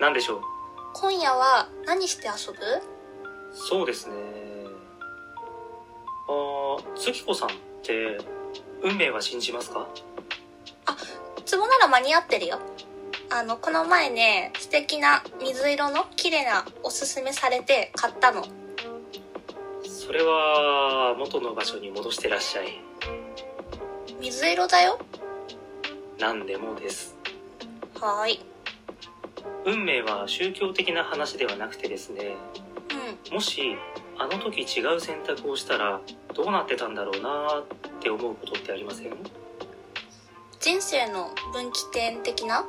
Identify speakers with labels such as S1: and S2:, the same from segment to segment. S1: 何でしょう
S2: 今夜は何して遊ぶ
S1: そうですねあー月子さんって運命は信じますか
S2: ツボなら間に合ってるよ。あの、この前ね、素敵な水色の綺麗なおすすめされて買ったの。
S1: それは元の場所に戻してらっしゃい
S2: 水色だよ。
S1: 何でもです
S2: はーい。
S1: 運命は宗教的な話ではなくてですね
S2: う
S1: もしあの時違う選択をしたらどうなってたんだろうなーって思うことってありません
S2: ん。人生の分岐点的な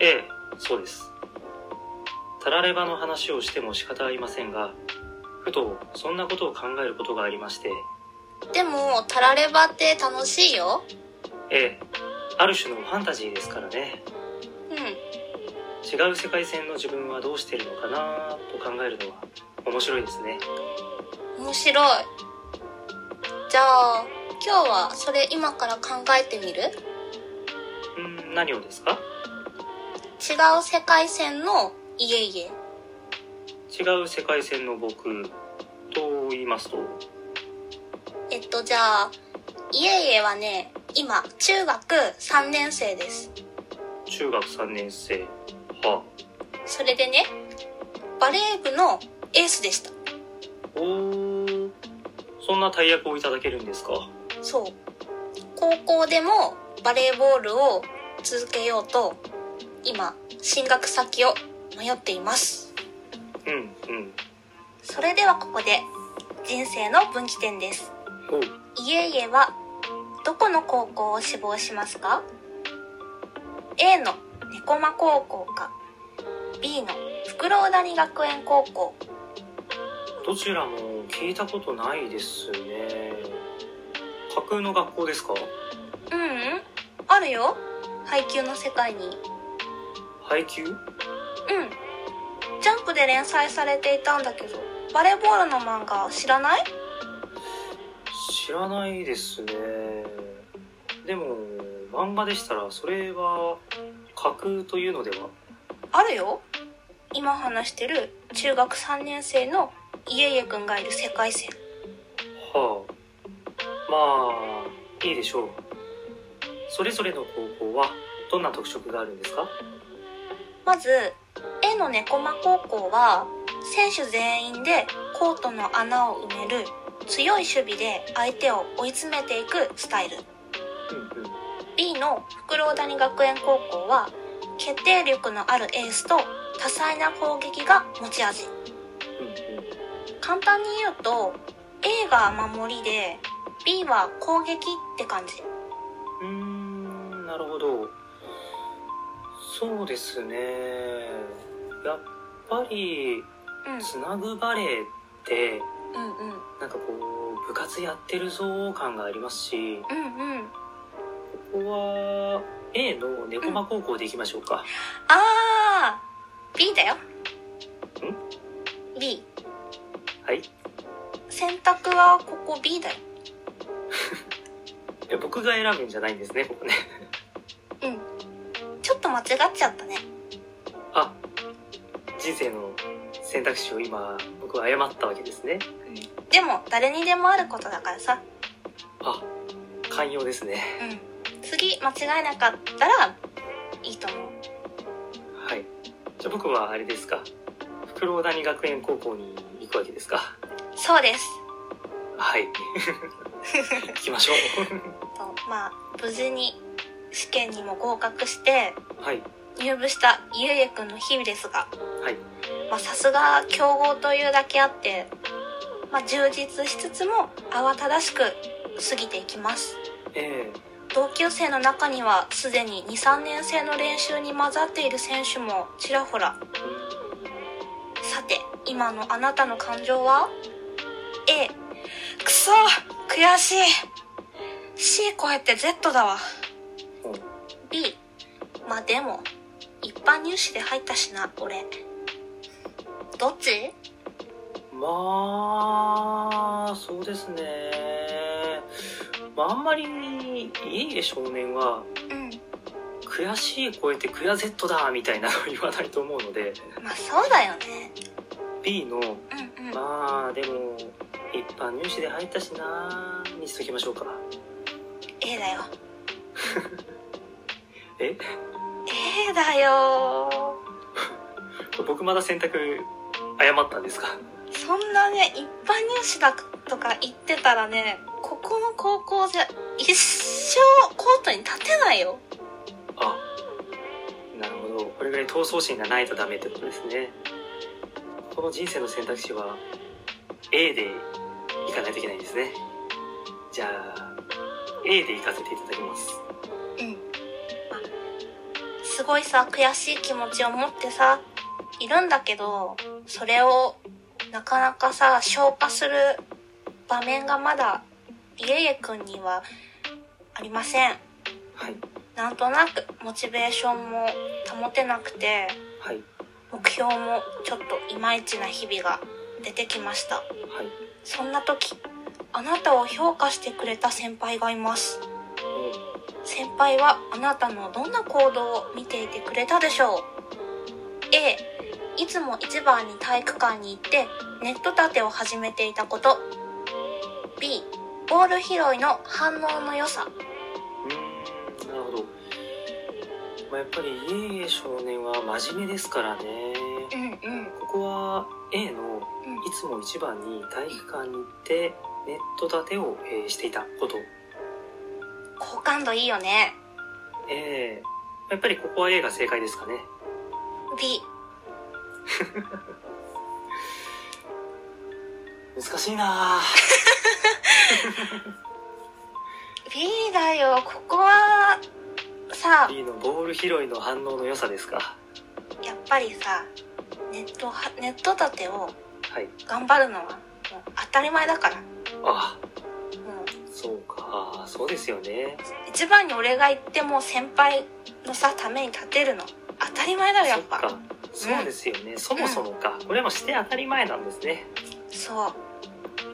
S1: ええそうですたらればの話をしても仕方ありませんがふとそんなことを考えることがありまして
S2: でも、タラレバって楽しいよ。
S1: ええある種のファンタジーですからね
S2: うん。
S1: 違う世界線の自分はどうしてるのかなーと考えるのは面白いですね
S2: 面白い。じゃあ、今日はそれ今から考えてみる
S1: うん何をですか
S2: 違う世界線の家々。
S1: 違う世界線の僕と言いますと
S2: えっと、じゃあ、家々はね、今、中学3年生です。
S1: 中学3年生は
S2: それでね、バレー部のエースでした。
S1: おーそんな大役をいただけるんですか
S2: そう。高校でもバレーボールを続けようと、今、進学先を迷っています。
S1: うんうん
S2: それではここで、人生の分岐点です。
S1: おう
S2: 家々は、どこの高校を志望しますか ?A の猫間高校か、B の福老谷学園高校。
S1: どちらも聞いたことないですね架空の学校ですか
S2: うんうん、あるよ。配給の世界に。
S1: 配給
S2: うん。ジャンプで連載されていたんだけど、バレーボールの漫画知らない
S1: 知らないですねでも漫画でしたらそれは架空というのでは
S2: あるよ。今話してる中学3年生の家々くんがいる世界線。
S1: はあまあいいでしょうそれぞれの高校はどんな特色があるんですか
S2: まず、A の猫間高校は、選手全員でコートの穴を埋める強い守備で相手を追い詰めていくスタイル。
S1: うんうん
S2: B の福老谷学園高校は、決定力のあるエースと多彩な攻撃が持ち味。
S1: うんうん
S2: 簡単に言うと A が守りで B は攻撃って感じ
S1: うーんなるほどそうですねやっぱり
S2: うん
S1: つなぐバレーって
S2: うんうん
S1: なんかこう部活やってるぞ感がありますし
S2: うんうん
S1: ここは A の猫間高校でいきましょうか、
S2: あー B だよん B
S1: はい
S2: 選択はここ B だよ
S1: いや僕が選ぶんじゃないんですねここね
S2: うんちょっと間違っちゃったね
S1: あ人生の選択肢を今僕は誤ったわけですね
S2: でも誰にでもあることだからさ
S1: あ寛容ですね
S2: うん次間違えなかったらいいと思う
S1: はい。じゃあ僕はあれですか。福老谷学園高校に行くわけですか。
S2: そうです
S1: はい。行きましょ
S2: とまあ無事に試験にも合格して
S1: う。はい。
S2: 入部したゆうゆくんの日々ですが、
S1: はい。
S2: まあ、さすが強豪というだけあって、まあ、充実しつつも慌ただしく過ぎていきます
S1: え
S2: 同級生の中にはすでに23年生の練習に混ざっている選手もちらほら
S1: え
S2: さて今のあなたの感情は A くそ悔しい C 超えて Z だわ
S1: うん。
S2: B まあでも一般入試で入ったしな俺どっち
S1: まあ、そうですね。まあ、あんまり、いいえ少年は、
S2: うん
S1: 悔悔しい声ってクヤゼットだみたいなのを言わないと思うので
S2: まあそうだよね
S1: B の
S2: うんうん
S1: まあでも一般入試で入ったしなにしときましょうか
S2: A だよ
S1: え
S2: A だよ
S1: 僕まだ選択誤ったんですか
S2: そんなね一般入試だとか言ってたらねここの高校じゃ一生コートに立てないよ
S1: あなるほどこれぐらい闘争心がないとダメってことですねこの人生の選択肢は A で行かないといけないんですねじゃあ A で行かせていただきます
S2: うんすごいさ悔しい気持ちを持ってさいるんだけどそれをなかなかさ消化する場面がまだいえいえくんにはありません
S1: はい
S2: なんとなくモチベーションも保てなくて
S1: はい
S2: 目標もちょっといまいちな日々が出てきました
S1: はい
S2: そんな時あなたを評価してくれた先輩がいます先輩はあなたのどんな行動を見ていてくれたでしょう A いつも一番に体育館に行ってネット立てを始めていたこと B ボール拾いの反応の良さ
S1: うんうーんなるほど、まあ、やっぱりイエイ少年は真面目ですからね
S2: うんうん
S1: ここは A の
S2: うん
S1: いつも一番に体育館に行ってネット立てを、えーしていたこと
S2: 好感度いいよね
S1: えー、やっぱりここは A が正解ですかね
S2: B
S1: 難しいな
S2: B だよここはさ
S1: B のボール拾いの反応の良さですか
S2: やっぱりさネットはネット立てを
S1: はい
S2: 頑張るのはもう当たり前だからも
S1: あ
S2: う
S1: そうかそうですよね
S2: 一番に俺が行っても先輩のさために立てるの当たり前だよやっ
S1: そっ
S2: ぱ
S1: かそうですよね、そもそもかこれもして当たり前なんですね
S2: そう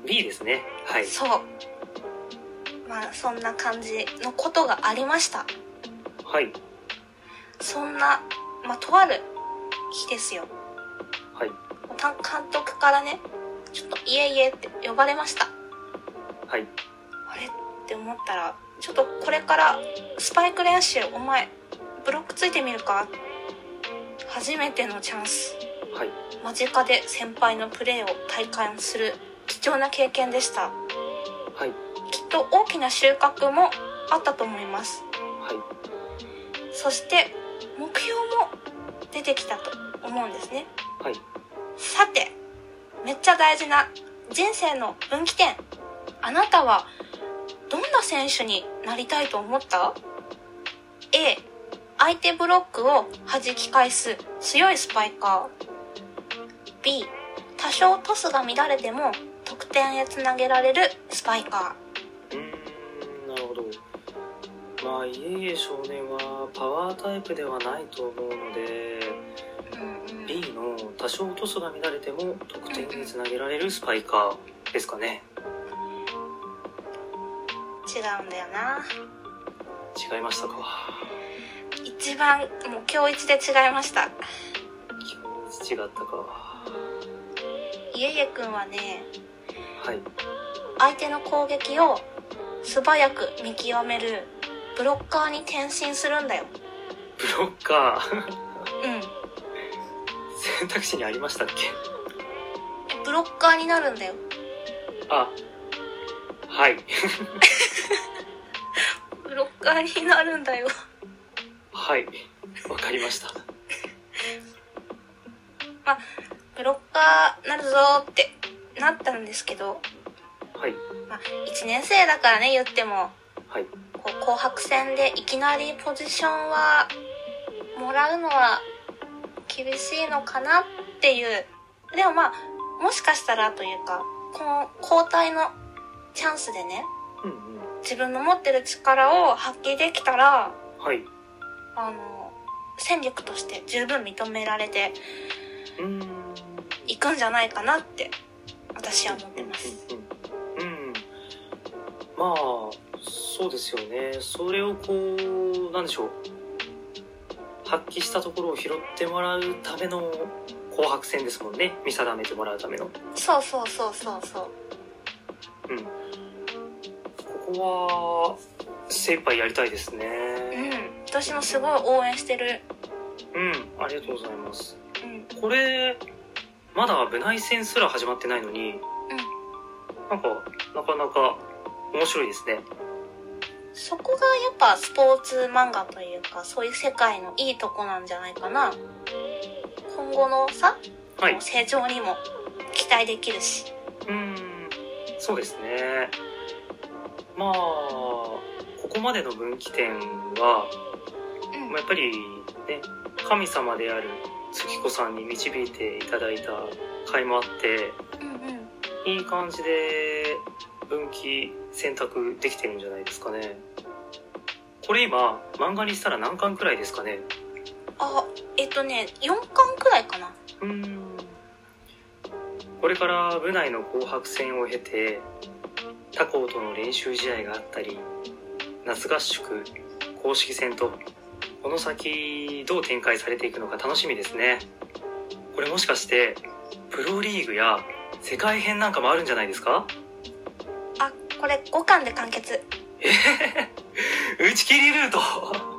S1: B ですねはい
S2: そうまあそんな感じのことがありました
S1: はい
S2: そんなまあとある日ですよ
S1: はい
S2: た監督からねちょっと「いえいえ」って呼ばれました
S1: はい
S2: あれって思ったらちょっとこれからスパイク練習お前ブロックついてみるか初めてのチャンス
S1: はい
S2: 間近で先輩のプレーを体感する貴重な経験でした
S1: はい
S2: きっと大きな収穫もあったと思います
S1: はい
S2: そして目標も出てきたと思うんですね
S1: はい
S2: さてめっちゃ大事な人生の分岐点あなたはどんな選手になりたいと思った ?A 相手ブロックを弾き返す強いスパイカー B 多少トスが乱れても得点へつなげられるスパイカ
S1: うーんなるほどまあいえいえ少年はパワータイプではないと思うので
S2: ー、うんうん
S1: B の多少トスが乱れても得点につなげられるスパイカーですかね
S2: 違うんだよな
S1: 違いましたか
S2: 一番もう今日一で違いました
S1: 違ったかはい
S2: えいえくんはね
S1: い
S2: 相手の攻撃を素早く見極めるブロッカーに転身するんだよ。
S1: ブロッカー
S2: うん。
S1: 選択肢にありましたっけ
S2: ブロッカーになるんだよ。
S1: あはい
S2: ブロッカーになるんだよ。
S1: はいわかりました
S2: ブロッカーなるぞーってなったんですけど、
S1: はい
S2: まあ、1年生だからね、言っても、
S1: はい
S2: こう、紅白戦でいきなりポジションは、もらうのは厳しいのかなっていう。でもまあ、もしかしたらというか、この交代のチャンスでね、
S1: うんうん
S2: 自分の持ってる力を発揮できたら
S1: はい
S2: あの戦力として十分認められて
S1: うーん
S2: いくんじゃないかなって私は思ってます。
S1: うんうんうんうんまあそうですよねそれをこうなんでしょう発揮したところを拾ってもらうための紅白戦ですもんね見定めてもらうための
S2: そうそうそうそうそう
S1: うんここは精一杯やりたいです
S2: う
S1: ね
S2: ん私もすごい応援してる
S1: うんありがとうございます
S2: うん
S1: これまだ部内戦すら始まってないのに、なんかなかなか面白いですね
S2: そこがやっぱスポーツ漫画というかそういう世界のいいとこなんじゃないかな今後のさ、
S1: はい
S2: 成長にも期待できるし
S1: うんそうですねまあここまでの分岐点は
S2: うん
S1: まあやっぱりね神様である月子さんに導いていただいた甲斐もあって
S2: うんうん
S1: いい感じで分岐選択できてるんじゃないですかねこれ今漫画にしたら何巻くらいですかね
S2: あえっとね4巻くらいかな
S1: うーんこれから部内の紅白戦を経て他校との練習試合があったり夏合宿公式戦とこの先どう展開されていくのか楽しみですねこれもしかしてプロリーグや世界編なんかもあるんじゃないですか
S2: あこれ5巻で完結
S1: 打ち切りルート